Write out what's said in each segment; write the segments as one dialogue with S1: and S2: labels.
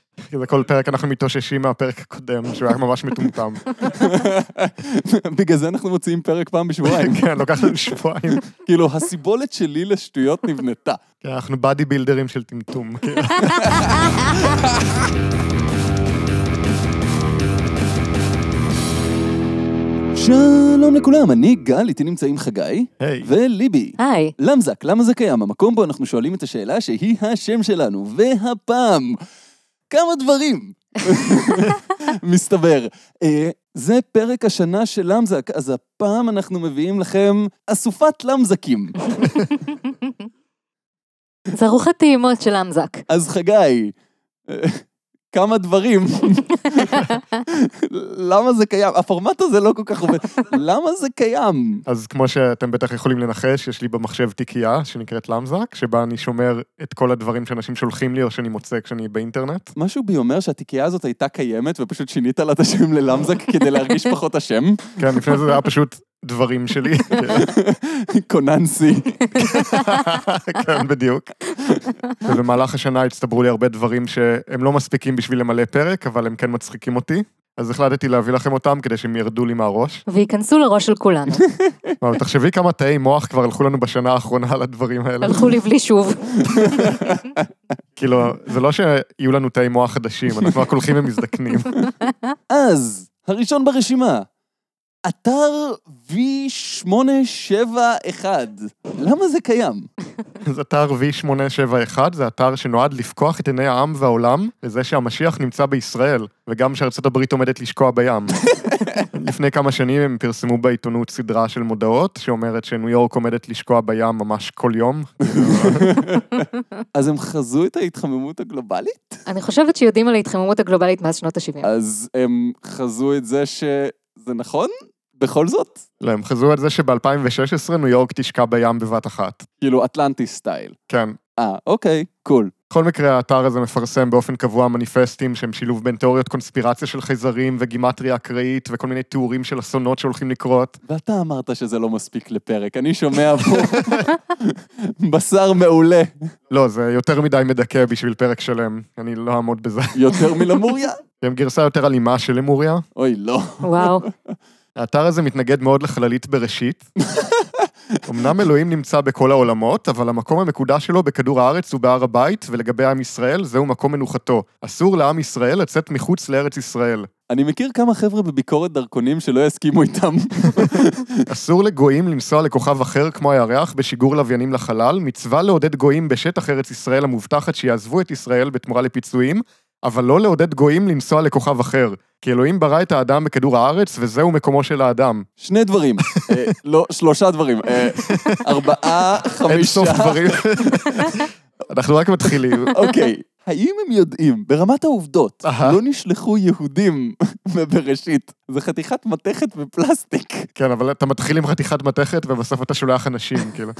S1: כזה כל כאילו, פרק אנחנו מתאוששים מהפרק הקודם, שהוא היה ממש מטומטם.
S2: בגלל זה אנחנו מוציאים פרק פעם בשבועיים.
S1: כן, לוקח לנו שבועיים.
S2: כאילו, הסיבולת שלי לשטויות נבנתה.
S1: כן, אנחנו באדי בילדרים של טמטום. כאילו.
S2: שלום לכולם, אני גל, איתי נמצאים חגי
S1: היי.
S2: וליבי.
S3: היי.
S2: למזק, למה זה קיים? המקום בו אנחנו שואלים את השאלה שהיא השם שלנו, והפעם, כמה דברים. מסתבר. אה, זה פרק השנה של למזק, אז הפעם אנחנו מביאים לכם אסופת למזקים.
S3: זה ארוחת טעימות של אמזק.
S2: אז חגי, אה, כמה דברים. למה זה קיים? הפורמט הזה לא כל כך עובד. למה זה קיים?
S1: אז כמו שאתם בטח יכולים לנחש, יש לי במחשב תיקייה שנקראת למזק, שבה אני שומר את כל הדברים שאנשים שולחים לי או שאני מוצא כשאני באינטרנט.
S2: משהו בי אומר שהתיקייה הזאת הייתה קיימת ופשוט שינית לה את השם ללמזק כדי להרגיש פחות אשם.
S1: כן, לפני זה זה היה פשוט דברים שלי.
S2: קוננסי.
S1: כן, בדיוק. ובמהלך השנה הצטברו לי הרבה דברים שהם לא מספיקים בשביל למלא פרק, אבל הם כן מצחיקים אותי. אז החלטתי להביא לכם אותם כדי שהם ירדו לי מהראש.
S3: וייכנסו לראש של כולנו.
S1: אבל תחשבי כמה תאי מוח כבר הלכו לנו בשנה האחרונה על הדברים האלה.
S3: הלכו לי בלי שוב.
S1: כאילו, זה לא שיהיו לנו תאי מוח חדשים, אנחנו רק הולכים ומזדקנים.
S2: אז, הראשון ברשימה. אתר V871. למה זה קיים?
S1: אז אתר V871 זה אתר שנועד לפקוח את עיני העם והעולם לזה שהמשיח נמצא בישראל, וגם שארצות הברית עומדת לשקוע בים. לפני כמה שנים הם פרסמו בעיתונות סדרה של מודעות שאומרת שניו יורק עומדת לשקוע בים ממש כל יום.
S2: אז הם חזו את ההתחממות הגלובלית?
S3: אני חושבת שיודעים על ההתחממות הגלובלית מאז שנות ה-70.
S2: אז הם חזו את זה שזה נכון? בכל זאת?
S1: לא, הם חזרו על זה שב-2016 ניו יורק תשקע בים בבת אחת.
S2: כאילו, אטלנטי סטייל.
S1: כן.
S2: אה, אוקיי, קול.
S1: בכל מקרה, האתר הזה מפרסם באופן קבוע מניפסטים שהם שילוב בין תיאוריות קונספירציה של חייזרים וגימטריה אקראית וכל מיני תיאורים של אסונות שהולכים לקרות.
S2: ואתה אמרת שזה לא מספיק לפרק, אני שומע פה בשר מעולה,
S1: לא, זה יותר מדי מדכא בשביל פרק שלם, אני לא אעמוד בזה.
S2: יותר מלמוריה?
S1: הם גרסה יותר אלימה של אמוריה.
S2: אוי, לא.
S3: וואו.
S1: האתר הזה מתנגד מאוד לחללית בראשית. אמנם אלוהים נמצא בכל העולמות, אבל המקום המקודש שלו בכדור הארץ הוא בהר הבית, ולגבי עם ישראל, זהו מקום מנוחתו. אסור לעם ישראל לצאת מחוץ לארץ ישראל.
S2: אני מכיר כמה חבר'ה בביקורת דרכונים שלא יסכימו איתם.
S1: אסור לגויים לנסוע לכוכב אחר כמו הירח בשיגור לוויינים לחלל, מצווה לעודד גויים בשטח ארץ ישראל המובטחת שיעזבו את ישראל בתמורה לפיצויים, אבל לא לעודד גויים לנסוע לכוכב אחר. כי אלוהים ברא את האדם בכדור הארץ, וזהו מקומו של האדם.
S2: שני דברים, אה, לא, שלושה דברים, אה, ארבעה,
S1: אין
S2: חמישה.
S1: סוף דברים. אנחנו רק מתחילים.
S2: אוקיי, האם הם יודעים, ברמת העובדות,
S1: אהה.
S2: לא נשלחו יהודים מבראשית? זה חתיכת מתכת בפלסטיק.
S1: כן, אבל אתה מתחיל עם חתיכת מתכת ובסוף אתה שולח אנשים, כאילו.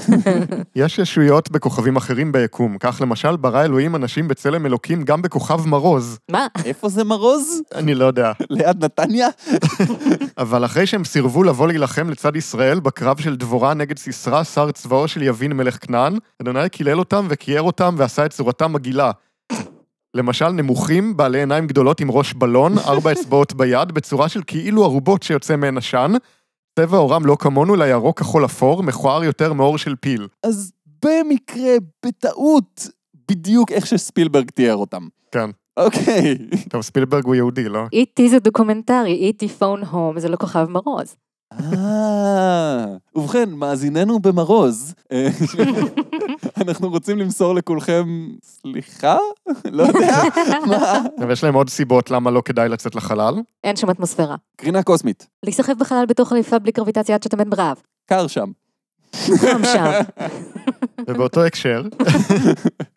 S1: יש ישויות בכוכבים אחרים ביקום. כך למשל, ברא אלוהים אנשים בצלם אלוקים גם בכוכב מרוז.
S3: מה?
S2: איפה זה מרוז?
S1: אני לא יודע.
S2: ליד נתניה?
S1: אבל אחרי שהם סירבו לבוא להילחם לצד ישראל בקרב של דבורה נגד סיסרא, שר צבאו של יבין מלך כנען, אדוני קילל אותם וכיער אותם ועשה את צורתם מגעילה. למשל, נמוכים, בעלי עיניים גדולות עם ראש בלון, ארבע אצבעות ביד, בצורה של כאילו ערובות שיוצא מהן עשן. צבע עורם לא כמונו, אלא ירוק כחול אפור, מכוער יותר מעור של פיל.
S2: אז במקרה, בטעות, בדיוק איך שספילברג תיאר אותם.
S1: כן.
S2: אוקיי.
S1: טוב, ספילברג הוא יהודי, לא?
S3: E.T. E זה דוקומנטרי, E E.T. פון הום, זה לא כוכב מרוז.
S2: אה, ובכן, מאזיננו במרוז, אה, אנחנו רוצים למסור לכולכם, סליחה? לא יודע, מה?
S1: ויש להם עוד סיבות למה לא כדאי לצאת לחלל.
S3: אין שם אטמוספירה.
S2: קרינה קוסמית,
S3: להיסחף בחלל בתוך חליפה בלי קרביטציה עד שאתה מת ברעב.
S2: קר שם.
S3: חם שם.
S1: ובאותו הקשר,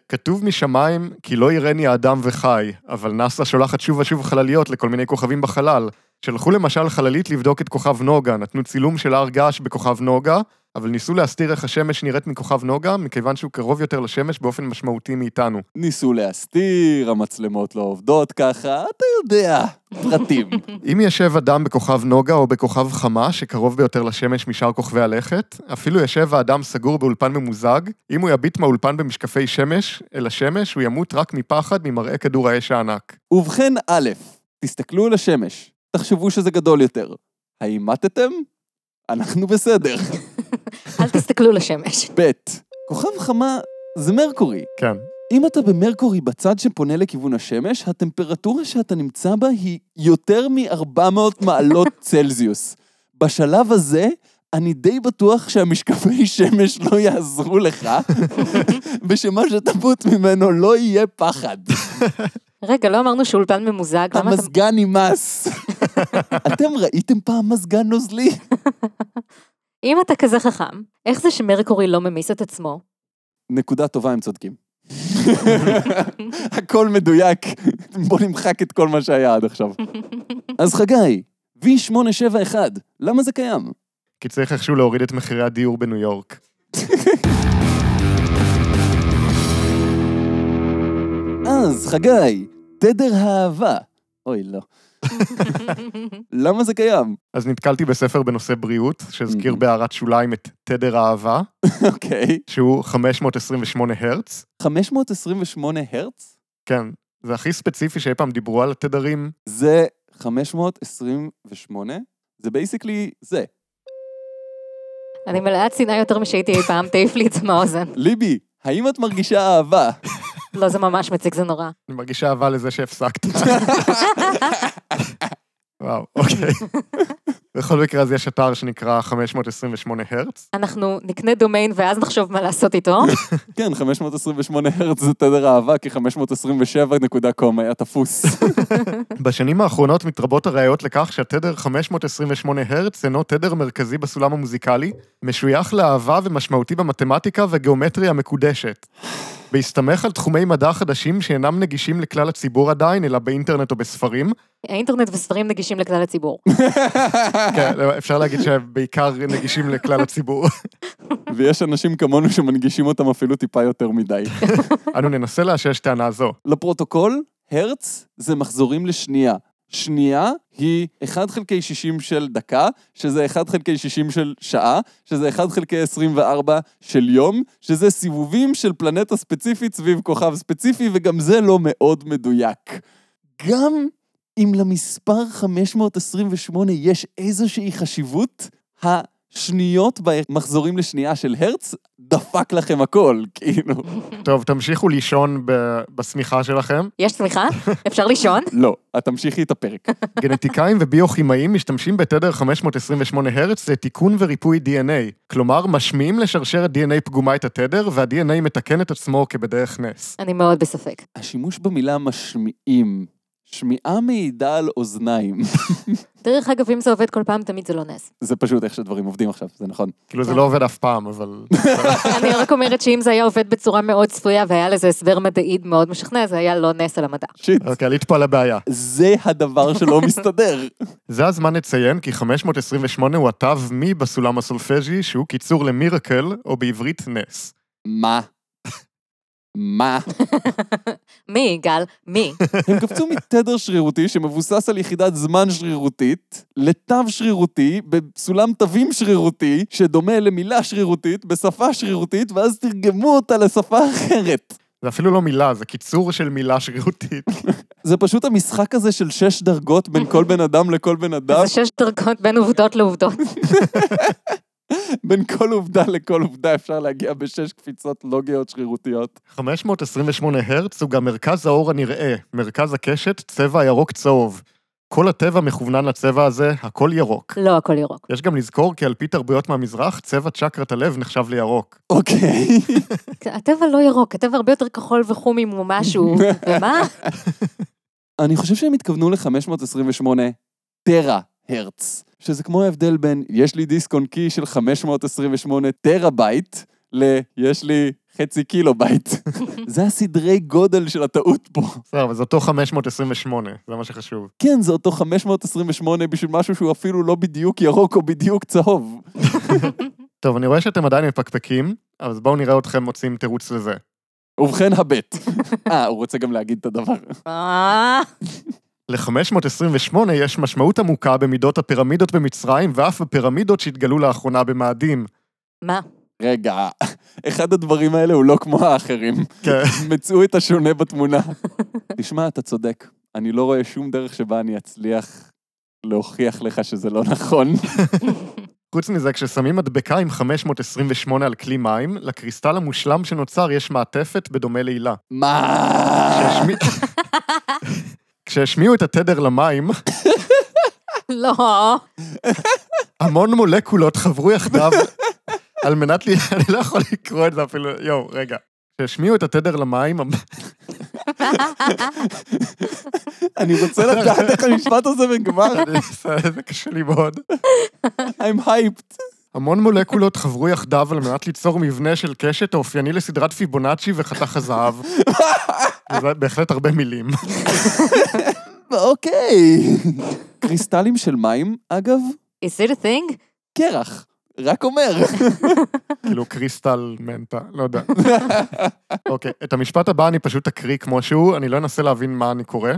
S1: כתוב משמיים כי לא יראני האדם וחי, אבל נאס"א שולחת שוב ושוב חלליות לכל מיני כוכבים בחלל, שלחו למשל חללית לבדוק את כוכב נוגה, נתנו צילום של הר געש בכוכב נוגה, אבל ניסו להסתיר איך השמש נראית מכוכב נוגה, מכיוון שהוא קרוב יותר לשמש באופן משמעותי מאיתנו.
S2: ניסו להסתיר, המצלמות לא עובדות ככה, אתה יודע, פרטים.
S1: אם ישב אדם בכוכב נוגה או בכוכב חמה, שקרוב ביותר לשמש משאר כוכבי הלכת, אפילו ישב האדם סגור באולפן ממוזג, אם הוא יביט מהאולפן במשקפי שמש אל השמש, הוא ימות רק מפחד ממראה כדור האש הענק.
S2: ובכן, א', תסתכלו על השמש, תחשבו שזה גדול יותר. האם מתתם? אנחנו בסדר.
S3: אל תסתכלו לשמש.
S2: ב', כוכב חמה זה מרקורי.
S1: כן.
S2: אם אתה במרקורי בצד שפונה לכיוון השמש, הטמפרטורה שאתה נמצא בה היא יותר מ-400 מעלות צלזיוס. בשלב הזה, אני די בטוח שהמשקפי שמש לא יעזרו לך, ושמה שתמות ממנו לא יהיה פחד.
S3: רגע, לא אמרנו שאולפן ממוזג, למה אתה...
S2: המזגן נמאס. אתם ראיתם פעם מזגן נוזלי?
S3: אם אתה כזה חכם, איך זה שמרקורי לא ממיס את עצמו?
S2: נקודה טובה, הם צודקים. הכל מדויק, בוא נמחק את כל מה שהיה עד עכשיו. אז חגי, V871, למה זה קיים?
S1: כי צריך איכשהו להוריד את מחירי הדיור בניו יורק.
S2: אז חגי, תדר האהבה. אוי, לא. למה זה קיים?
S1: אז נתקלתי בספר בנושא בריאות, שהזכיר
S2: Mhm.
S1: בהערת שוליים את תדר האהבה,
S2: אוקיי.
S1: שהוא 528 הרץ.
S2: 528 הרץ?
S1: כן, זה הכי ספציפי שאי פעם דיברו על התדרים.
S2: זה 528? זה בייסיקלי זה.
S3: אני מלאת שנאה יותר משהייתי אי פעם, תעיף לי את זה מהאוזן.
S2: ליבי, האם את מרגישה אהבה?
S3: לא, זה ממש מציק, זה נורא.
S1: אני מרגיש אהבה לזה שהפסקת. וואו, אוקיי. בכל מקרה, אז יש אתר שנקרא 528 הרץ.
S3: אנחנו נקנה דומיין ואז נחשוב מה לעשות איתו.
S2: כן, 528 הרץ זה תדר אהבה, כי 527.com היה תפוס.
S1: בשנים האחרונות מתרבות הראיות לכך שהתדר 528 הרץ אינו תדר מרכזי בסולם המוזיקלי, משוייך לאהבה ומשמעותי במתמטיקה וגיאומטריה המקודשת. בהסתמך על תחומי מדע חדשים שאינם נגישים לכלל הציבור עדיין, אלא באינטרנט או בספרים,
S3: האינטרנט וספרים נגישים לכלל הציבור.
S1: כן, לא, אפשר להגיד שבעיקר נגישים לכלל הציבור.
S2: ויש אנשים כמונו שמנגישים אותם אפילו טיפה יותר מדי.
S1: אנו ננסה לאשש טענה זו.
S2: לפרוטוקול, הרץ זה מחזורים לשנייה. שנייה היא 1 חלקי 60 של דקה, שזה 1 חלקי 60 של שעה, שזה 1 חלקי 24 של יום, שזה סיבובים של פלנטה ספציפית סביב כוכב ספציפי, וגם זה לא מאוד מדויק. גם אם למספר 528 יש איזושהי חשיבות, השניות במחזורים לשנייה של הרץ דפק לכם הכל, כאילו.
S1: טוב, תמשיכו לישון ב- בשמיכה שלכם.
S3: יש צמיחה? אפשר לישון?
S2: לא, את תמשיכי את הפרק.
S1: גנטיקאים וביוכימאים משתמשים בתדר 528 הרץ לתיקון וריפוי DNA. כלומר, משמיעים לשרשרת DNA פגומה את התדר, וה-DNA מתקן את עצמו כבדרך נס.
S3: אני מאוד בספק.
S2: השימוש במילה משמיעים. שמיעה מעידה על אוזניים.
S3: דרך אגב, אם זה עובד כל פעם, תמיד זה לא נס.
S2: זה פשוט איך שדברים עובדים עכשיו, זה נכון.
S1: כאילו, זה לא עובד אף פעם, אבל...
S3: אני רק אומרת שאם זה היה עובד בצורה מאוד צפויה והיה לזה הסבר מדעי מאוד משכנע, זה היה לא נס על המדע.
S2: שיט.
S1: אוקיי, עלית פה על הבעיה.
S2: זה הדבר שלא מסתדר.
S1: זה הזמן לציין כי 528 הוא התו מי בסולם הסולפג'י, שהוא קיצור למירקל, או בעברית נס.
S2: מה? מה?
S3: מי, יגאל? מי?
S2: הם קפצו מתדר שרירותי שמבוסס על יחידת זמן שרירותית לתו שרירותי בסולם תווים שרירותי שדומה למילה שרירותית בשפה שרירותית ואז תרגמו אותה לשפה אחרת.
S1: זה אפילו לא מילה, זה קיצור של מילה שרירותית.
S2: זה פשוט המשחק הזה של שש דרגות בין כל בן אדם לכל בן אדם.
S3: זה שש דרגות בין עובדות לעובדות.
S2: בין כל עובדה לכל עובדה אפשר להגיע בשש קפיצות לוגיות שרירותיות.
S1: 528 הרץ הוא גם מרכז האור הנראה, מרכז הקשת, צבע ירוק צהוב. כל הטבע מכוונן לצבע הזה, הכל ירוק.
S3: לא הכל ירוק.
S1: יש גם לזכור כי על פי תרבויות מהמזרח, צבע צ'קרת הלב נחשב לירוק.
S2: אוקיי.
S3: הטבע לא ירוק, הטבע הרבה יותר כחול וחום אם הוא משהו. ומה?
S2: אני חושב שהם התכוונו ל-528 טרה הרץ, שזה כמו ההבדל בין יש לי דיסק און קי של 528 טרה בייט, ל- יש לי חצי קילו בייט. זה הסדרי גודל של הטעות פה.
S1: בסדר, אבל זה אותו 528, זה מה שחשוב.
S2: כן, זה אותו 528 בשביל משהו שהוא אפילו לא בדיוק ירוק או בדיוק צהוב.
S1: טוב, אני רואה שאתם עדיין מפקפקים, אז בואו נראה אתכם מוצאים תירוץ לזה.
S2: ובכן, הבט. אה, הוא רוצה גם להגיד את הדבר.
S3: אה,
S1: ל-528 יש משמעות עמוקה במידות הפירמידות במצרים ואף בפירמידות שהתגלו לאחרונה במאדים.
S3: מה?
S2: רגע, אחד הדברים האלה הוא לא כמו האחרים.
S1: כן.
S2: מצאו את השונה בתמונה. תשמע, אתה צודק. אני לא רואה שום דרך שבה אני אצליח להוכיח לך שזה לא נכון.
S1: חוץ מזה, כששמים מדבקה עם 528 על כלי מים, לקריסטל המושלם שנוצר יש מעטפת בדומה להילה.
S2: מה?
S1: כשהשמי- כשהשמיעו את התדר למים,
S3: לא.
S1: המון מולקולות חברו יחדיו על מנת ל... אני לא יכול לקרוא את זה אפילו, יואו, רגע. כשהשמיעו את התדר למים, המ-
S2: אני רוצה לדעת איך המשפט הזה מגמר.
S1: אני- זה קשה לי מאוד.
S2: I'm hyped.
S1: המון מולקולות חברו יחדיו על מנת ליצור מבנה של קשת האופייני לסדרת פיבונאצ'י וחתך הזהב. זה בהחלט הרבה מילים.
S2: אוקיי. קריסטלים של מים, אגב,
S3: Is it a thing?
S2: קרח. רק אומר.
S1: כאילו קריסטל מנטה, לא יודע. אוקיי, את המשפט הבא אני פשוט אקריא כמו שהוא, אני לא אנסה להבין מה אני קורא,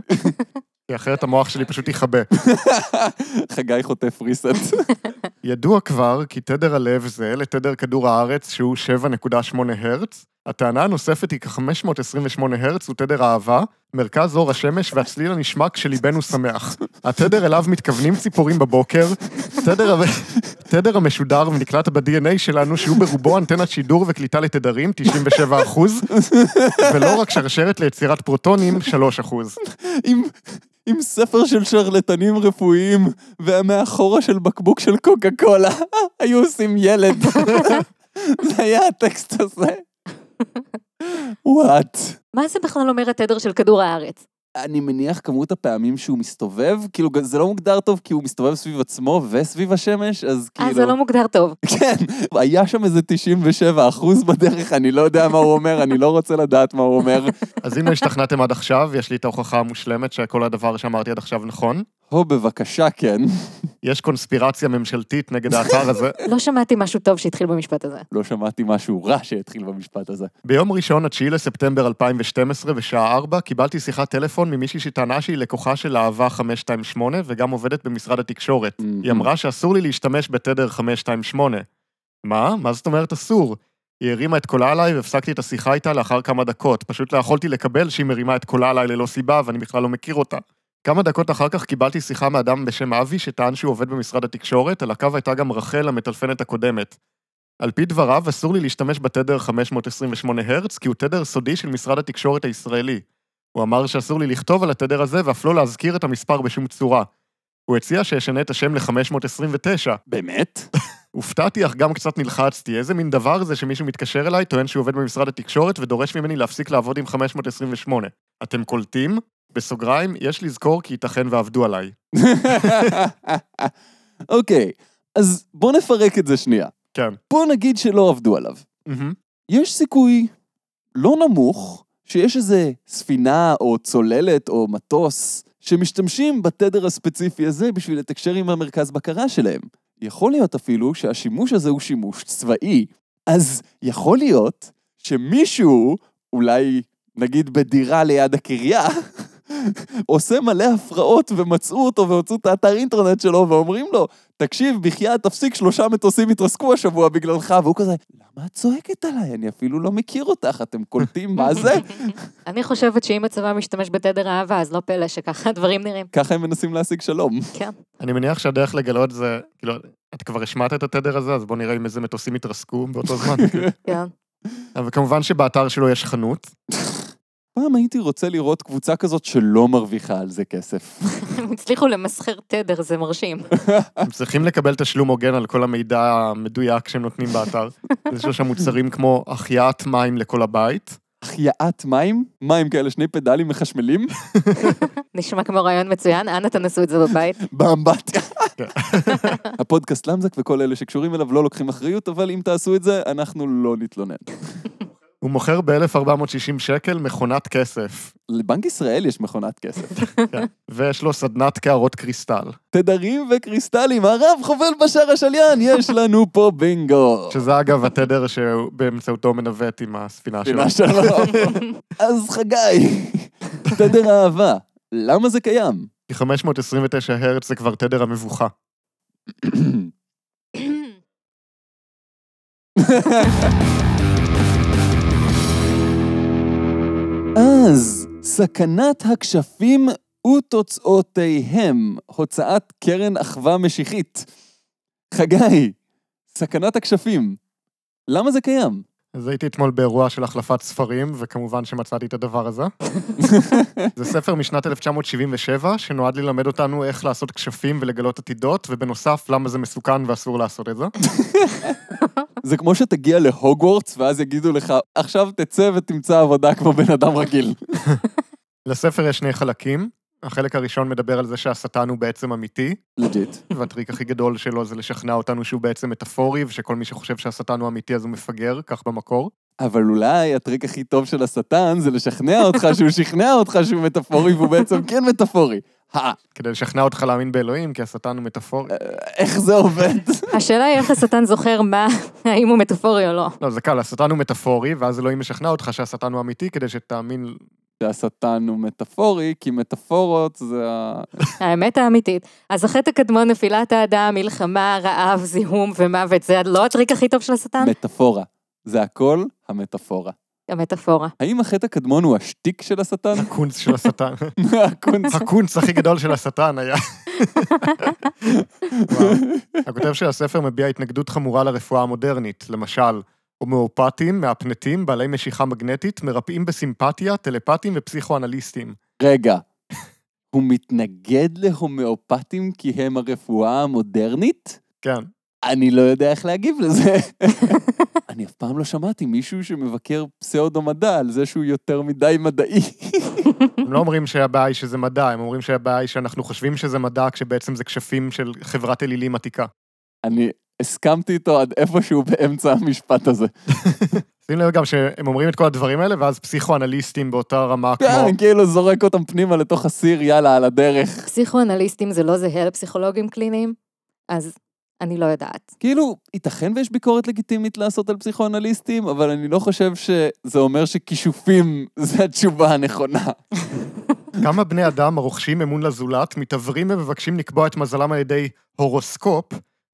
S1: כי אחרת המוח שלי פשוט יכבה.
S2: חגי חוטף ריסט.
S1: ידוע כבר כי תדר הלב זהה לתדר כדור הארץ שהוא 7.8 הרץ. הטענה הנוספת היא כ-528 הרץ הוא תדר אהבה, מרכז אור השמש והצליל הנשמע כשליבנו שמח. התדר אליו מתכוונים ציפורים בבוקר, תדר, המ... תדר המשודר ונקלט ב-DNA שלנו שהוא ברובו אנטנת שידור וקליטה לתדרים, 97%, ולא רק שרשרת ליצירת פרוטונים, 3%.
S2: עם, עם ספר של שרלטנים רפואיים, ומאחורה של בקבוק של קוקה קולה, היו עושים ילד. זה היה הטקסט הזה. וואט.
S3: מה זה בכלל אומר התדר של כדור הארץ?
S2: אני מניח כמות הפעמים שהוא מסתובב, כאילו זה לא מוגדר טוב כי הוא מסתובב סביב עצמו וסביב השמש, אז כאילו...
S3: אה, זה לא מוגדר טוב.
S2: כן, היה שם איזה 97 אחוז בדרך, אני לא יודע מה הוא אומר, אני לא רוצה לדעת מה הוא אומר.
S1: אז אם לא השתכנעתם עד עכשיו, יש לי את ההוכחה המושלמת שכל הדבר שאמרתי עד עכשיו נכון.
S2: הו, בבקשה, כן.
S1: יש קונספירציה ממשלתית נגד האתר הזה.
S3: לא שמעתי משהו טוב שהתחיל במשפט הזה.
S2: לא שמעתי משהו רע שהתחיל במשפט הזה.
S1: ביום ראשון, 9 לספטמבר 2012, בשעה 4, קיבלתי שיחת טלפון ממישהי שטענה שהיא לקוחה של אהבה 528 וגם עובדת במשרד התקשורת. היא אמרה שאסור לי להשתמש בתדר 528. מה? מה זאת אומרת אסור? היא הרימה את קולה עליי והפסקתי את השיחה איתה לאחר כמה דקות. פשוט לא יכולתי לקבל שהיא מרימה את קולה עליי ללא סיבה ואני בכלל לא מכיר אותה. כמה דקות אחר כך קיבלתי שיחה מאדם בשם אבי שטען שהוא עובד במשרד התקשורת, על הקו הייתה גם רחל המטלפנת הקודמת. על פי דבריו, אסור לי להשתמש בתדר 528 הרץ, כי הוא תדר סודי של משרד התקשורת הישראלי. הוא אמר שאסור לי לכתוב על התדר הזה ואף לא להזכיר את המספר בשום צורה. הוא הציע שאשנה את השם ל-529.
S2: באמת?
S1: הופתעתי אך גם קצת נלחצתי. איזה מין דבר זה שמישהו מתקשר אליי, טוען שהוא עובד במשרד התקשורת ודורש ממני להפסיק לעבוד עם 528. אתם קולטים? בסוגריים, יש לזכור כי ייתכן ועבדו עליי.
S2: אוקיי, אז בוא נפרק את זה שנייה.
S1: כן.
S2: בוא נגיד שלא עבדו עליו.
S1: מהמם.
S2: יש סיכוי לא נמוך שיש איזה ספינה או צוללת או מטוס שמשתמשים בתדר הספציפי הזה בשביל לתקשר עם המרכז בקרה שלהם. יכול להיות אפילו שהשימוש הזה הוא שימוש צבאי. אז יכול להיות שמישהו, אולי נגיד בדירה ליד הקריה, עושה מלא הפרעות ומצאו אותו והוצאו את האתר אינטרנט שלו ואומרים לו, תקשיב, בחייאת, תפסיק, שלושה מטוסים התרסקו השבוע בגללך, והוא כזה, למה את צועקת עליי? אני אפילו לא מכיר אותך, אתם קולטים מה זה?
S3: אני חושבת שאם הצבא משתמש בתדר אהבה, אז לא פלא שככה הדברים נראים.
S2: ככה הם מנסים להשיג שלום.
S3: כן.
S1: אני מניח שהדרך לגלות זה, כאילו, את כבר השמעת את התדר הזה, אז בוא נראה אם איזה מטוסים יתרסקו באותו זמן.
S3: כן.
S1: וכמובן שבאתר שלו יש חנות.
S2: פעם הייתי רוצה לראות קבוצה כזאת שלא מרוויחה על זה כסף.
S3: הם הצליחו למסחר תדר, זה מרשים.
S1: הם צריכים לקבל תשלום הוגן על כל המידע המדויק שהם נותנים באתר. יש לו שם מוצרים כמו החייאת מים לכל הבית.
S2: החייאת מים? מים כאלה, שני פדלים מחשמלים?
S3: נשמע כמו רעיון מצוין, אנא תנסו את זה בבית.
S2: באמבטיה.
S1: כן.
S2: הפודקאסט למזק וכל אלה שקשורים אליו לא לוקחים אחריות, אבל אם תעשו את זה, אנחנו לא נתלונן.
S1: הוא מוכר ב-1460 שקל מכונת כסף.
S2: לבנק ישראל יש מכונת כסף.
S1: כן. ויש לו סדנת קערות קריסטל.
S2: תדרים וקריסטלים, הרב חובל בשאר השליין, יש לנו פה בינגו.
S1: שזה אגב התדר שבאמצעותו מנווט עם הספינה שלו.
S2: פינה שלום. אז חגי, תדר אהבה, למה זה קיים?
S1: כי 529 הרץ זה כבר תדר המבוכה.
S2: אז, סכנת הכשפים ותוצאותיהם, הוצאת קרן אחווה משיחית. חגי, סכנת הכשפים, למה זה קיים?
S1: אז הייתי אתמול באירוע של החלפת ספרים, וכמובן שמצאתי את הדבר הזה. זה ספר משנת 1977, שנועד ללמד אותנו איך לעשות כשפים ולגלות עתידות, ובנוסף, למה זה מסוכן ואסור לעשות את זה.
S2: זה כמו שתגיע להוגוורטס ואז יגידו לך, עכשיו תצא ותמצא עבודה כמו בן אדם רגיל.
S1: לספר יש שני חלקים. החלק הראשון מדבר על זה שהשטן הוא בעצם אמיתי,
S2: לג'יט.
S1: והטריק הכי גדול שלו זה לשכנע אותנו שהוא בעצם מטאפורי, ושכל מי שחושב שהשטן הוא אמיתי אז הוא מפגר, כך במקור.
S2: אבל אולי הטריק הכי טוב של השטן זה לשכנע אותך שהוא שכנע אותך שהוא מטאפורי והוא בעצם כן מטאפורי. הא,
S1: כדי לשכנע אותך להאמין באלוהים, כי השטן הוא מטאפורי.
S2: איך זה עובד?
S3: השאלה היא איך השטן זוכר מה, האם הוא מטאפורי או לא.
S1: לא, זה קל, השטן הוא מטאפורי, ואז אלוהים משכנע אותך שהשטן הוא אמיתי, כדי שתאמין...
S2: שהשטן הוא מטאפורי, כי מטאפורות זה ה...
S3: האמת האמיתית. אז החטא הקדמון, נפילת האדם, מלחמה, רעב, זיהום ומוות, זה לא הטריק הכי טוב של השטן?
S2: מטאפורה. זה הכל המטאפורה.
S3: המטאפורה.
S2: האם החטא הקדמון הוא השטיק של השטן?
S1: הקונץ של השטן.
S2: הקונץ.
S1: הקונץ הכי גדול של השטן היה. וואו. הכותב של הספר מביע התנגדות חמורה לרפואה המודרנית, למשל, הומאופטים, מהפנטים, בעלי משיכה מגנטית, מרפאים בסימפתיה, טלפתים ופסיכואנליסטים.
S2: רגע, הוא מתנגד להומאופטים כי הם הרפואה המודרנית?
S1: כן.
S2: אני לא יודע איך להגיב לזה. אני אף פעם לא שמעתי מישהו שמבקר פסאודו-מדע על זה שהוא יותר מדי מדעי.
S1: הם לא אומרים שהבעיה היא שזה מדע, הם אומרים שהבעיה היא שאנחנו חושבים שזה מדע, כשבעצם זה כשפים של חברת אלילים עתיקה.
S2: אני הסכמתי איתו עד איפשהו באמצע המשפט הזה.
S1: שים לב גם שהם אומרים את כל הדברים האלה, ואז פסיכואנליסטים באותה רמה כמו...
S2: כן, כאילו זורק אותם פנימה לתוך הסיר, יאללה, על הדרך.
S3: פסיכואנליסטים זה לא זהה לפסיכולוגים קליניים, אז אני לא יודעת.
S2: כאילו, ייתכן ויש ביקורת לגיטימית לעשות על פסיכואנליסטים, אבל אני לא חושב שזה אומר שכישופים זה התשובה הנכונה.
S1: כמה בני אדם הרוכשים אמון לזולת, מתעוורים ומבקשים לקבוע את מזלם על ידי הורוסקופ,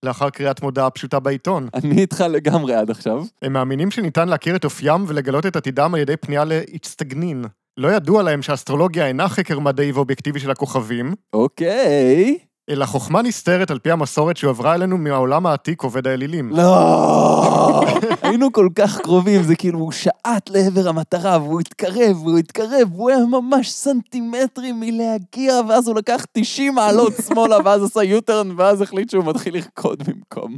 S1: לאחר קריאת מודעה פשוטה בעיתון.
S2: אני איתך לגמרי עד עכשיו.
S1: הם מאמינים שניתן להכיר את אופיים ולגלות את עתידם על ידי פנייה לאצטגנין. לא ידוע להם שאסטרולוגיה אינה חקר מדעי ואובייקטיבי של הכוכבים,
S2: אוקיי.
S1: אלא חוכמה נסתרת על פי המסורת שהועברה אלינו מהעולם העתיק עובד האלילים.
S2: לא! היינו כל כך קרובים, זה כאילו הוא שעט לעבר המטרה, והוא התקרב, והוא התקרב, והוא היה ממש סנטימטרים מלהגיע, ואז הוא לקח 90 מעלות שמאלה, ואז עשה יוטרן, ואז החליט שהוא מתחיל לרקוד במקום.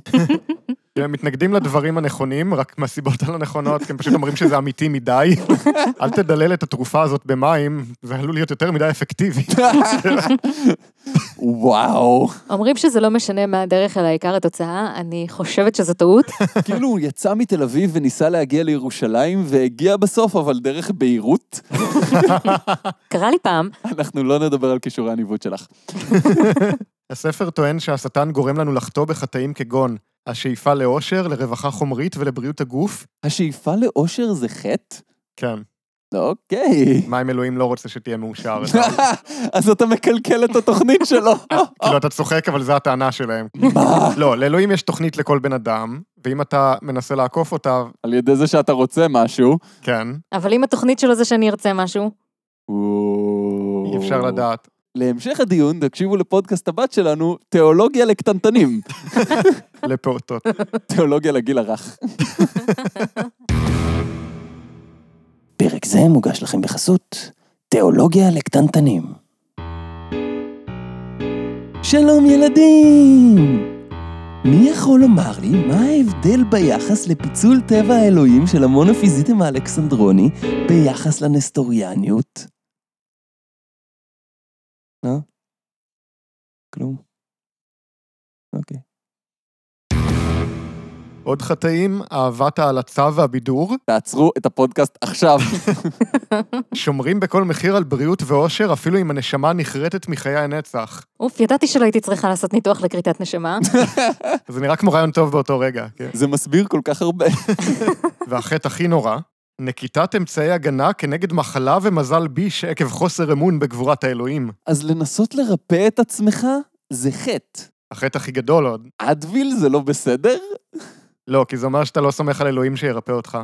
S1: הם מתנגדים לדברים הנכונים, רק מהסיבות הלא נכונות, כי הם פשוט אומרים שזה אמיתי מדי. אל תדלל את התרופה הזאת במים, זה עלול להיות יותר מדי אפקטיבי.
S2: וואו.
S3: אומרים שזה לא משנה מה הדרך, אלא העיקר התוצאה, אני חושבת שזו טעות.
S2: כאילו הוא יצא מתל אביב וניסה להגיע לירושלים, והגיע בסוף, אבל דרך ביירות.
S3: קרה לי פעם,
S2: אנחנו לא נדבר על כישורי הניווט שלך.
S1: הספר טוען שהשטן גורם לנו לחטוא בחטאים כגון השאיפה לאושר, לרווחה חומרית ולבריאות הגוף.
S2: השאיפה לאושר זה חטא?
S1: כן.
S2: אוקיי.
S1: מה אם אלוהים לא רוצה שתהיה מאושר?
S2: אז אתה מקלקל את התוכנית שלו.
S1: כאילו, אתה צוחק, אבל זו הטענה שלהם.
S2: מה?
S1: לא, לאלוהים יש תוכנית לכל בן אדם, ואם אתה מנסה לעקוף אותה,
S2: על ידי זה שאתה רוצה משהו.
S1: כן,
S3: אבל אם התוכנית שלו זה שאני ארצה משהו,
S1: אי אפשר לדעת.
S2: להמשך הדיון, תקשיבו לפודקאסט הבת שלנו, תיאולוגיה לקטנטנים.
S1: לפעוטות.
S2: תיאולוגיה לגיל הרך.
S4: פרק זה מוגש לכם בחסות תיאולוגיה לקטנטנים. שלום ילדים! מי יכול לומר לי מה ההבדל ביחס לפיצול טבע האלוהים של המונופיזיטם האלכסנדרוני ביחס לנסטוריאניות? לא? כלום? אוקיי.
S1: עוד חטאים, אהבת ההלצה והבידור,
S2: תעצרו את הפודקאסט עכשיו.
S1: שומרים בכל מחיר על בריאות ואושר, אפילו אם הנשמה נחרטת מחיי הנצח.
S3: אוף, ידעתי שלא הייתי צריכה לעשות ניתוח לכריתת נשמה.
S1: זה נראה כמו רעיון טוב באותו רגע, כן.
S2: זה מסביר כל כך הרבה.
S1: והחטא הכי נורא, נקיטת אמצעי הגנה כנגד מחלה ומזל ביש עקב חוסר אמון בגבורת האלוהים.
S2: אז לנסות לרפא את עצמך זה חטא.
S1: החטא הכי גדול עוד.
S2: אדוויל זה לא בסדר?
S1: לא, כי זה אומר שאתה לא סומך על אלוהים שירפא אותך.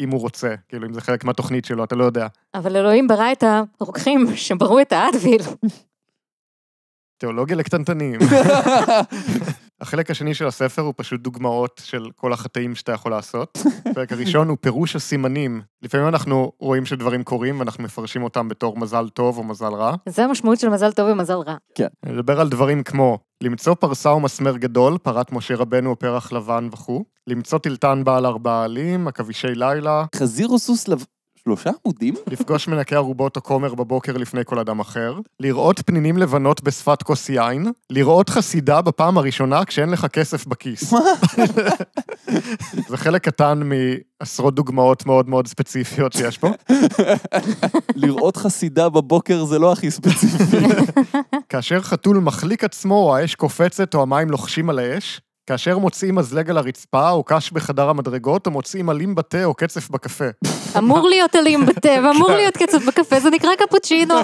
S1: אם הוא רוצה, כאילו, אם זה חלק מהתוכנית שלו, אתה לא יודע.
S3: אבל אלוהים ברא את הרוקחים שברו את האדוויל.
S1: תיאולוגיה לקטנטנים. החלק השני של הספר הוא פשוט דוגמאות של כל החטאים שאתה יכול לעשות. הפרק הראשון הוא פירוש הסימנים. לפעמים אנחנו רואים שדברים קורים ואנחנו מפרשים אותם בתור מזל טוב או מזל רע.
S3: זה המשמעות של מזל טוב ומזל רע.
S1: אני מדבר על דברים כמו למצוא פרסה או מסמר גדול, פרת משה רבנו או פרח לבן וכו', למצוא טלטן בעל ארבעה עלים, עכבישי לילה,
S2: חזיר או סוס לב... שלושה עמודים?
S1: לפגוש מנקה ארובות או כומר בבוקר לפני כל אדם אחר, לראות פנינים לבנות בשפת כוס יין, לראות חסידה בפעם הראשונה כשאין לך כסף בכיס.
S2: מה?
S1: זה חלק קטן מעשרות דוגמאות מאוד מאוד ספציפיות שיש פה.
S2: לראות חסידה בבוקר זה לא הכי ספציפי.
S1: כאשר חתול מחליק עצמו, או האש קופצת, או המים לוחשים על האש, כאשר מוצאים מזלג על הרצפה, או קש בחדר המדרגות, או מוצאים עלים בתה או קצף בקפה.
S3: אמור להיות אלים בטבע, אמור להיות קצב בקפה, זה נקרא קפוצ'ינו.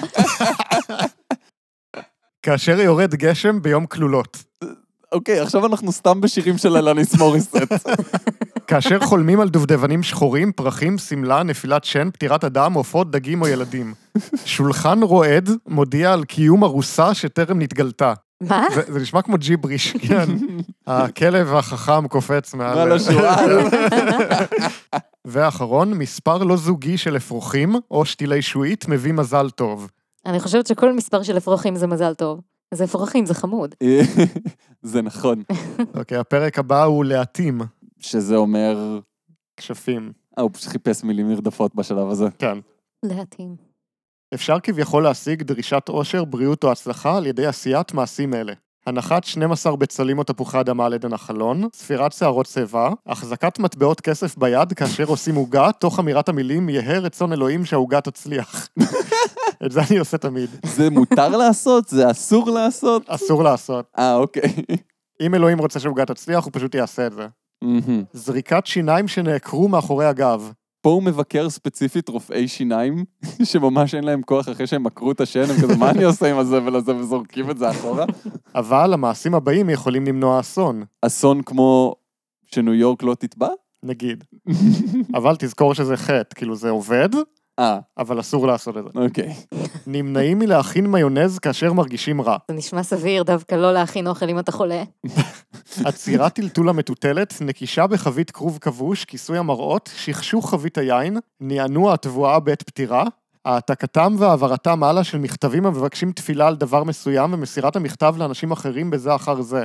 S1: כאשר יורד גשם ביום כלולות.
S2: אוקיי, עכשיו אנחנו סתם בשירים של אלניס מוריסט.
S1: כאשר חולמים על דובדבנים שחורים, פרחים, שמלה, נפילת שן, פטירת אדם, עופות, דגים או ילדים. שולחן רועד מודיע על קיום ארוסה שטרם נתגלתה.
S3: מה?
S1: זה, זה נשמע כמו ג'יבריש, כן. הכלב החכם קופץ
S2: מעל
S1: מעל...
S2: השורה.
S1: ואחרון, מספר לא זוגי של אפרוחים או שתילי שועית מביא מזל טוב.
S3: אני חושבת שכל מספר של אפרוחים זה מזל טוב. זה אפרוחים, זה חמוד.
S2: זה נכון.
S1: אוקיי, הפרק הבא הוא להטים.
S2: שזה אומר...
S1: כשפים.
S2: אה, הוא פשוט חיפש מילים נרדפות בשלב הזה.
S1: כן.
S3: להתאים.
S1: אפשר כביכול להשיג דרישת עושר, בריאות או הצלחה על ידי עשיית מעשים אלה. הנחת 12 בצלים או תפוחי אדמה על עדן החלון, ספירת שערות שיבה, החזקת מטבעות כסף ביד כאשר עושים עוגה, תוך אמירת המילים יהא רצון אלוהים שהעוגה תצליח. את זה אני עושה תמיד,
S2: זה מותר לעשות? זה אסור לעשות?
S1: אסור לעשות.
S2: אה, אוקיי.
S1: אם אלוהים רוצה שהעוגה תצליח, הוא פשוט יעשה את זה.
S2: מהמם.
S1: זריקת שיניים שנעקרו מאחורי הגב.
S2: פה הוא מבקר ספציפית רופאי שיניים, שממש אין להם כוח אחרי שהם עקרו את השן, הם כזה, מה אני עושה עם הזבל הזה, וזורקים את זה אחורה.
S1: אבל המעשים הבאים יכולים למנוע אסון,
S2: אסון כמו שניו יורק לא תטבע?
S1: נגיד. אבל תזכור שזה חטא, כאילו זה עובד,
S2: אה,
S1: אבל אסור לעשות את זה.
S2: אוקיי.
S1: נמנעים מלהכין מיונז כאשר מרגישים רע.
S3: זה נשמע סביר דווקא לא להכין אוכל אם אתה חולה.
S1: עצירת טלטול המטוטלת, נקישה בחבית כרוב כבוש, כיסוי המראות, שכשוך חבית היין, נענוע התבואה בעת פטירה, העתקתם והעברתם הלאה של מכתבים המבקשים תפילה על דבר מסוים ומסירת המכתב לאנשים אחרים בזה אחר זה.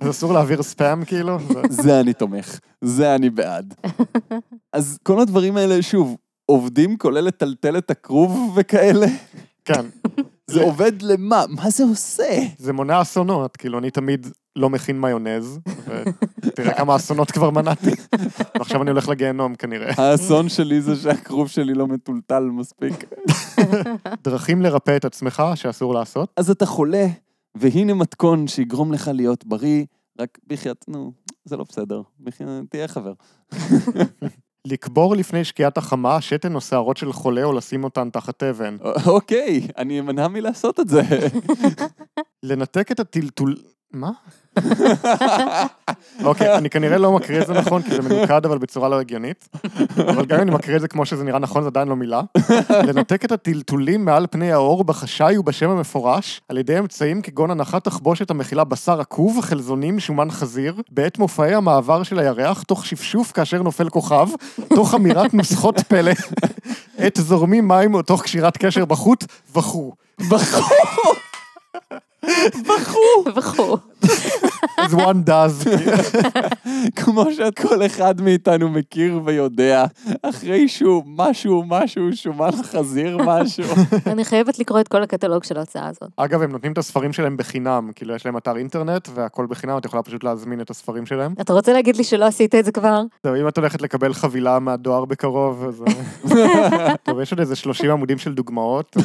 S1: אז אסור להעביר ספאם כאילו? זה-
S2: זה אני תומך, זה אני בעד. אז כל הדברים האלה, שוב, עובדים כולל לטלטל את הכרוב וכאלה?
S1: כן,
S2: זה עובד למה? מה זה עושה?
S1: זה מונע אסונות, כאילו אני תמיד לא מכין מיונז, ותראה כמה אסונות כבר מנעתי. ועכשיו אני הולך לגיהנום כנראה.
S2: האסון שלי זה שהכרוב שלי לא מטולטל מספיק.
S1: דרכים לרפא את עצמך שאסור לעשות.
S2: אז אתה חולה, והנה מתכון שיגרום לך להיות בריא, רק בחייאת, נו, זה לא בסדר, בחייאת, תהיה חבר.
S1: לקבור לפני שקיעת החמה שתן או שערות של חולה או לשים אותן תחת אבן.
S2: א- אוקיי, אני אמנע מלעשות את זה.
S1: לנתק את הטלטול... מה? אוקיי, אני כנראה לא מקריא את זה נכון, כי זה מנוקד אבל בצורה לא הגיונית. אבל גם אם אני מקריא את זה כמו שזה נראה נכון, זה עדיין לא מילה. לנתק את הטלטולים מעל פני האור בחשאי ובשם המפורש, על ידי אמצעים כגון הנחת תחבושת המכילה בשר עקוב, חלזונים, שומן חזיר, בעת מופעי המעבר של הירח, תוך שפשוף כאשר נופל כוכב, תוך אמירת נוסחות פלא, עת זורמי מים או תוך קשירת קשר בחוט, וכו'.
S2: בחור!
S3: וכו'.
S1: as one does.
S2: כמו שכל אחד מאיתנו מכיר ויודע, אחרי שהוא משהו, משהו, שומן חזיר, משהו.
S3: אני חייבת לקרוא את כל הקטלוג של ההוצאה הזאת.
S1: אגב, הם נותנים את הספרים שלהם בחינם, כאילו יש להם אתר אינטרנט והכל בחינם, את יכולה פשוט להזמין את הספרים שלהם.
S3: אתה רוצה להגיד לי שלא עשית את זה כבר?
S1: זהו, אם את הולכת לקבל חבילה מהדואר בקרוב, אז... אה, טוב, יש עוד איזה 30 עמודים של דוגמאות.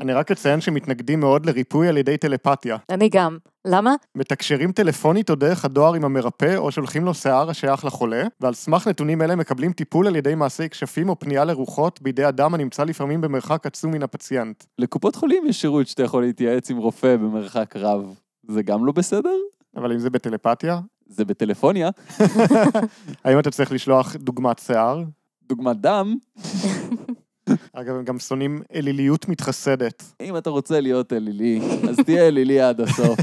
S1: אני רק אציין שמתנגדים מאוד לריפוי על ידי טלפתיה.
S3: אני גם. למה?
S1: מתקשרים טלפונית או דרך הדואר עם המרפא, או שולחים לו שיער השייך לחולה, ועל סמך נתונים אלה מקבלים טיפול על ידי מעשי כשפים או פנייה לרוחות בידי אדם הנמצא לפעמים במרחק עצום מן הפציינט.
S2: לקופות חולים יש שירות שאתה יכול להתייעץ עם רופא במרחק רב. זה גם לא בסדר?
S1: אבל אם זה בטלפתיה,
S2: זה בטלפוניה.
S1: האם אתה צריך לשלוח דוגמת שיער?
S2: דוגמת דם,
S1: אגב, הם גם שונאים אליליות מתחסדת.
S2: אם אתה רוצה להיות אלילי, אז תהיה אלילי עד הסוף.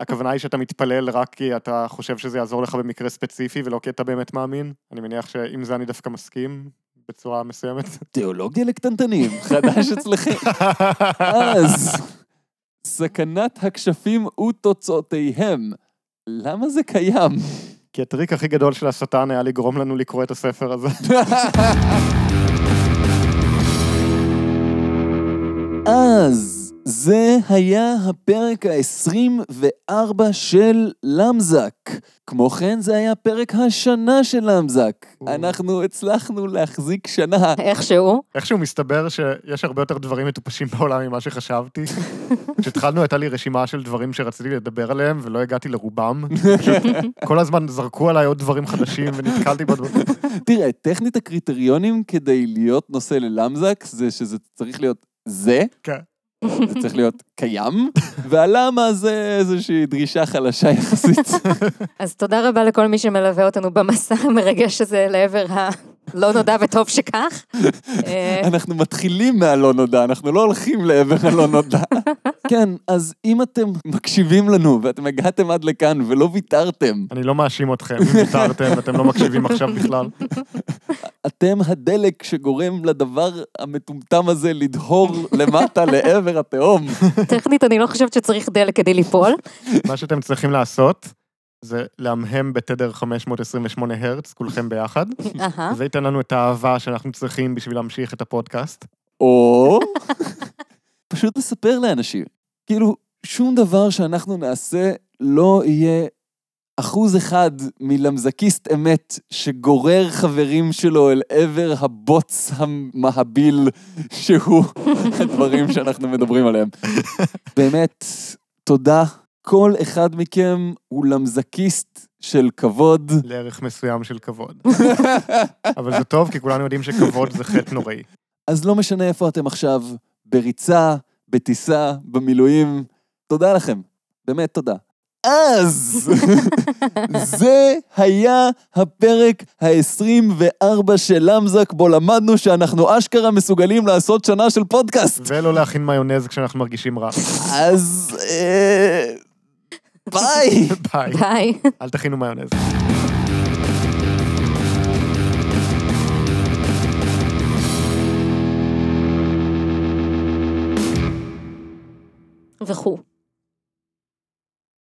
S1: הכוונה היא שאתה מתפלל רק כי אתה חושב שזה יעזור לך במקרה ספציפי ולא כי אתה באמת מאמין. אני מניח שעם זה אני דווקא מסכים, בצורה מסוימת.
S2: תיאולוגיה לקטנטנים, חדש אצלכם. אז, סכנת הכשפים ותוצאותיהם. למה זה קיים?
S1: כי הטריק הכי גדול של השטן היה לגרום לנו לקרוא את הספר הזה.
S2: אז, זה היה הפרק ה-24 של למזק. כמו כן, זה היה פרק השנה של למזק.
S1: או.
S2: אנחנו הצלחנו להחזיק שנה.
S3: איכשהו.
S1: איכשהו מסתבר שיש הרבה יותר דברים מטופשים בעולם ממה שחשבתי. כשהתחלנו הייתה לי רשימה של דברים שרציתי לדבר עליהם ולא הגעתי לרובם. פשוט כל הזמן זרקו עליי עוד דברים חדשים ונתקלתי בדברים.
S2: תראה, טכנית הקריטריונים כדי להיות נושא ללמזק זה שזה צריך להיות זה,
S1: כן.
S2: זה צריך להיות קיים, והלמה זה איזושהי דרישה חלשה יחסית.
S3: אז תודה רבה לכל מי שמלווה אותנו במסע המרגש הזה לעבר הלא נודע וטוב שכך. אה,
S2: אנחנו מתחילים מהלא נודע, אנחנו לא הולכים לעבר הלא נודע. כן, אז אם אתם מקשיבים לנו ואתם הגעתם עד לכאן ולא ויתרתם,
S1: אני לא מאשים אתכם, אם ויתרתם ואתם לא מקשיבים עכשיו בכלל.
S2: אתם הדלק שגורם לדבר המטומטם הזה לדהור למטה לעבר התהום.
S3: טכנית, אני לא חושבת שצריך דלק כדי ליפול.
S1: מה שאתם צריכים לעשות זה להמהם בתדר 528 הרץ, כולכם ביחד.
S3: אהה.
S1: זה ייתן לנו את האהבה שאנחנו צריכים בשביל להמשיך את הפודקאסט.
S2: או פשוט לספר לאנשים. כאילו, שום דבר שאנחנו נעשה לא יהיה אחוז אחד מלמזקיסט אמת שגורר חברים שלו אל עבר הבוץ המהביל שהוא הדברים שאנחנו מדברים עליהם. באמת, תודה. כל אחד מכם הוא למזקיסט של כבוד.
S1: לערך מסוים של כבוד. אבל זה טוב, כי כולנו יודעים שכבוד זה חטא נוראי.
S2: אז לא משנה איפה אתם עכשיו, בריצה, בטיסה, במילואים, תודה לכם. באמת תודה. אז זה היה הפרק ה-24 של למזק, בו למדנו שאנחנו אשכרה מסוגלים לעשות שנה של פודקאסט.
S1: ולא להכין מיונז כשאנחנו מרגישים רע.
S2: אז אה, ביי.
S1: ביי.
S3: ביי.
S1: אל תכינו מיונז.
S3: וכו'.